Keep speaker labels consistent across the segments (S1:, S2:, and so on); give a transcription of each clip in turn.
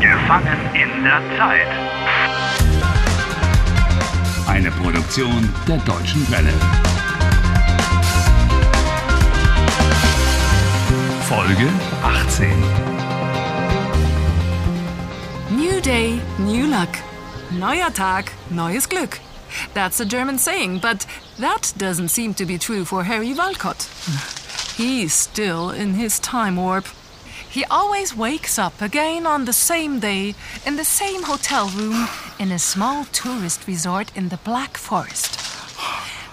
S1: Gefangen in der Zeit.
S2: Eine Produktion der Deutschen Welle. Folge 18.
S3: New day, new luck. Neuer Tag, neues Glück. That's a German saying, but that doesn't seem to be true for Harry Walcott. He's still in his time warp. He always wakes up again on the same day, in the same hotel room, in a small tourist resort in the Black Forest.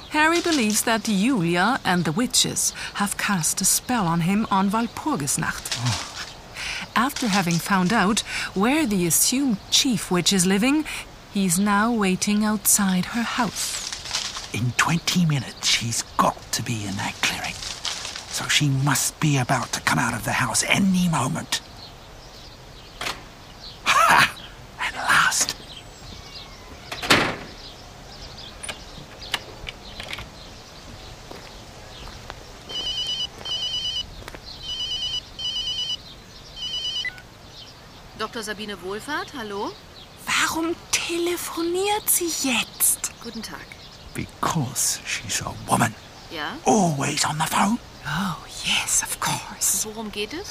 S3: Harry believes that Julia and the witches have cast a spell on him on Walpurgisnacht. After having found out where the assumed chief witch is living, he is now waiting outside her house.
S4: In 20 minutes, she's got to be in that clearing. So she must be about to come out of the house any moment. Ha! At last.
S5: Dr. Sabine Wohlfahrt, hallo?
S3: Warum telefoniert sie jetzt?
S5: Guten Tag.
S4: Because she's a woman.
S5: Ja?
S4: Always on the phone.
S3: Oh, yes, of course.
S5: Worum geht es?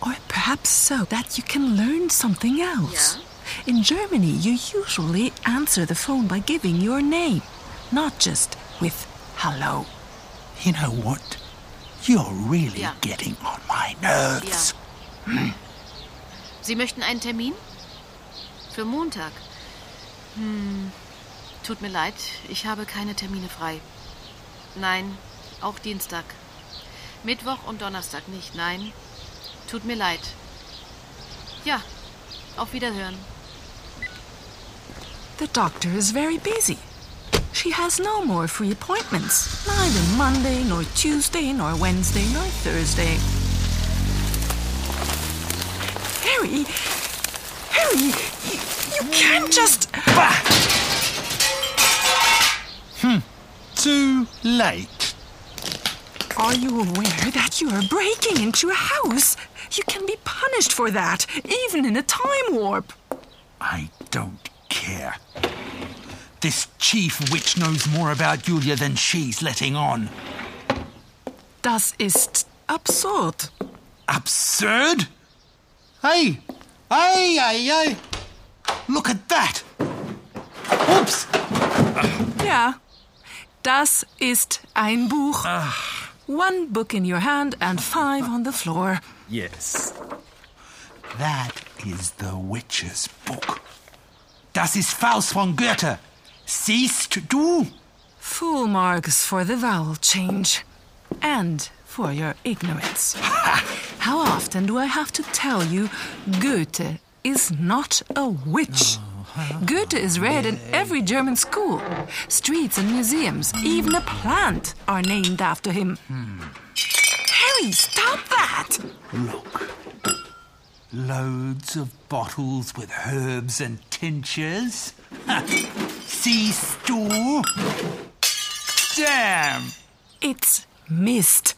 S3: Or perhaps so that you can learn something else. In Germany, you usually answer the phone by giving your name, not just with hello.
S4: You know what? You're really
S5: Yeah.
S4: getting on my nerves.
S5: Sie möchten einen Termin? Für Montag. Hm. Tut mir leid, ich habe keine Termine frei. Nein, auch Dienstag. Mittwoch und Donnerstag nicht, nein. Tut mir leid. Ja, auf Wiederhören.
S3: The doctor is very busy. She has no more free appointments, neither Monday, nor Tuesday, nor Wednesday, nor Thursday. Harry! Harry! You, you can't just.
S4: Too late.
S3: Are you aware that you are breaking into a house? You can be punished for that, even in a time warp.
S4: I don't care. This chief witch knows more about Julia than she's letting on.
S3: Das ist absurd.
S4: Absurd? Hey! Hey, hey, hey! Look at that! Oops!
S3: Ja, das ist ein Buch. One book in your hand and five on the floor.
S4: Yes. That is the witch's book. Das ist Faust von Goethe. Siehst du?
S3: Full marks for the vowel change. And for your ignorance. How often do I have to tell you Goethe is not a witch? Goethe is read in every German school. Streets and museums, even a plant, are named after him. Harry, stop that!
S4: Look. Loads of bottles with herbs and tinctures. Ha. Siehst du? Damn!
S3: It's missed.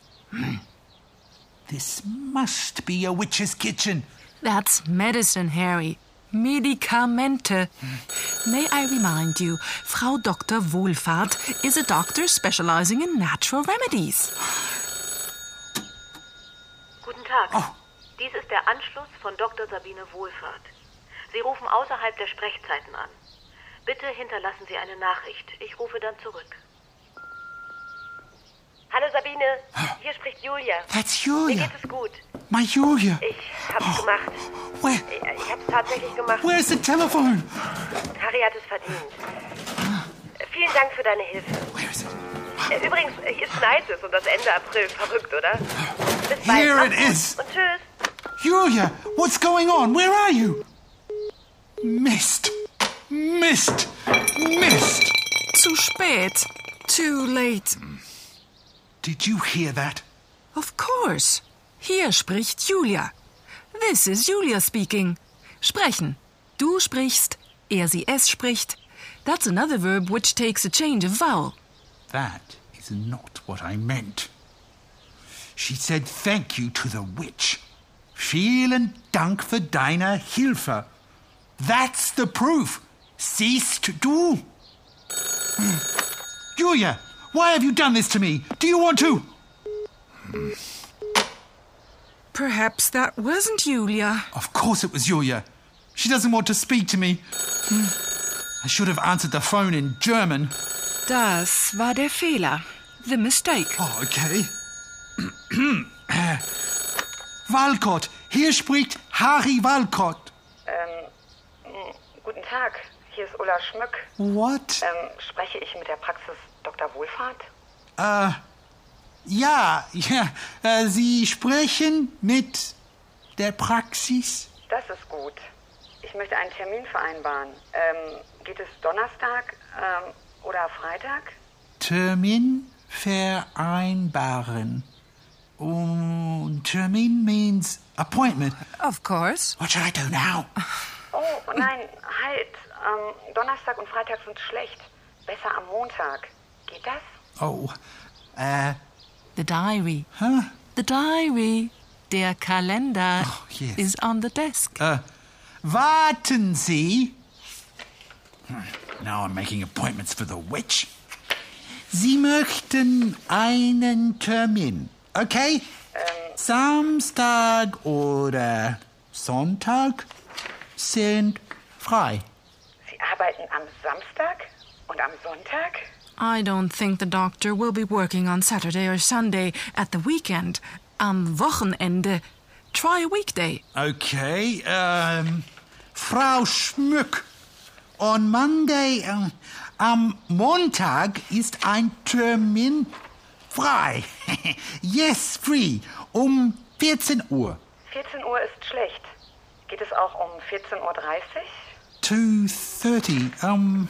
S4: This must be a witch's kitchen.
S3: That's medicine, Harry. Medikamente. May I remind you, Frau Dr. Wohlfahrt is a doctor specializing in natural remedies.
S6: Guten Tag.
S4: Oh.
S6: Dies ist der Anschluss von Dr. Sabine Wohlfahrt. Sie rufen außerhalb der Sprechzeiten an. Bitte hinterlassen Sie eine Nachricht. Ich rufe dann zurück. Hallo Sabine, hier spricht Julia.
S4: Ah. That's
S6: Mir geht
S4: Julia. Oh.
S6: es gut.
S4: My Julia.
S6: Ich hab's gemacht.
S4: Where,
S6: Ich hab's tatsächlich gemacht.
S4: where's the telephone?
S6: Harry hat es verdient. Vielen Dank für deine Hilfe.
S4: Where is it?
S6: Äh, Übrigens, äh, hier schneit es und das Ende April. Verrückt, oder? Bis bald.
S4: Ah. Here
S6: Mach's
S4: it
S6: gut
S4: is.
S6: Und tschüss.
S4: Julia, what's going on? Where are you? Missed. Missed. Missed.
S3: Too spät. Too late.
S4: Did you hear that?
S3: Of course. Hier spricht Julia. This is Julia speaking. Sprechen. Du sprichst, er sie es spricht. That's another verb which takes a change of vowel.
S4: That is not what I meant. She said thank you to the witch. Vielen Dank für deine Hilfe. That's the proof. Siehst du? Hm. Julia, why have you done this to me? Do you want to?
S3: Perhaps that wasn't Julia.
S4: Of course it was Julia. She doesn't want to speak to me. Hm. I should have answered the phone in German.
S3: Das war der Fehler. The mistake.
S4: Oh, okay. Walcott, hier spricht Harry Walcott.
S1: Ähm, m, guten Tag, hier ist Ulla Schmück.
S4: What?
S1: Ähm, spreche ich mit der Praxis Dr. Wohlfahrt?
S4: Äh, ja, ja. Äh, Sie sprechen mit der Praxis?
S1: Das ist gut. Ich möchte einen Termin vereinbaren. Ähm, geht es Donnerstag ähm, oder Freitag?
S4: Termin vereinbaren. Um, Termin means appointment.
S3: Of course.
S4: What should I do now?
S1: Oh, nein, halt. Ähm, Donnerstag und Freitag sind schlecht. Besser am Montag. Geht das?
S4: Oh, äh,
S3: The diary.
S4: huh?
S3: The diary. Der Kalender
S4: Oh, yes.
S3: is on the desk.
S4: Uh, warten Sie. Hm, Now I'm making appointments for the witch. Sie möchten einen Termin, okay? Samstag oder Sonntag sind frei.
S1: Sie arbeiten am Samstag und am Sonntag?
S3: I don't think the doctor will be working on Saturday or Sunday at the weekend. Am Wochenende. Try a weekday.
S4: Okay, ähm, Frau Schmück, on Monday, ähm, am Montag ist ein Termin frei. yes, free, um 14 Uhr.
S1: 14 Uhr ist schlecht. Geht es auch um 14.30 Uhr?
S4: 2.30 Uhr, ähm,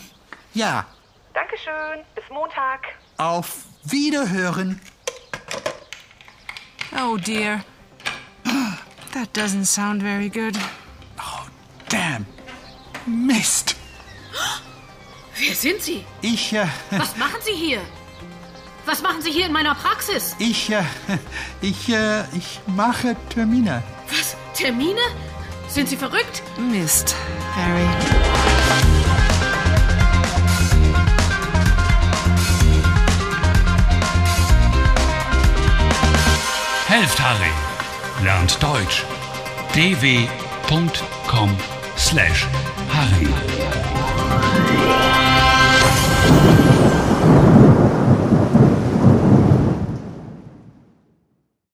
S4: ja,
S1: Dankeschön, bis Montag.
S4: auf Wiederhören.
S3: Oh dear. that doesn't sound very good.
S4: Damn, Mist.
S5: Wer sind Sie?
S4: Ich, äh,
S5: Was machen Sie hier? Was machen Sie hier in meiner Praxis?
S4: ich, äh, ich, äh, ich mache Termine.
S5: Was? Termine? Sind Sie verrückt?
S3: Missed, Harry.
S2: Helft Harry. Lernt Deutsch. dw.com/harry.